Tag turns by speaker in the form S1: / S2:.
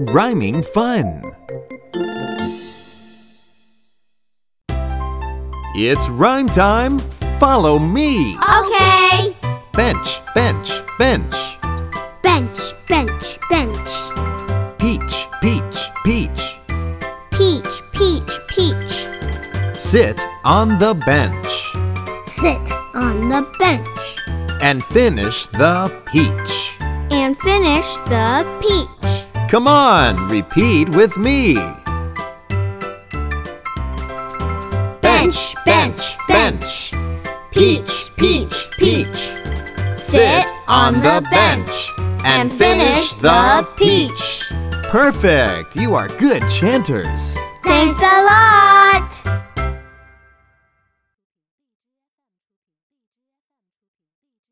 S1: Rhyming fun! It's rhyme time! Follow me!
S2: Okay.
S1: Bench, bench, bench.
S2: Bench, bench, bench.
S1: Peach, peach, peach.
S2: Peach, peach, peach.
S1: Sit on the bench
S2: Sit on the bench
S1: and finish the peach.
S2: and finish the peach.
S1: Come on, repeat with me.
S2: Bench, bench, bench. Peach, peach, peach. Sit on the bench and finish the peach.
S1: Perfect! You are good chanters.
S2: Thanks a lot.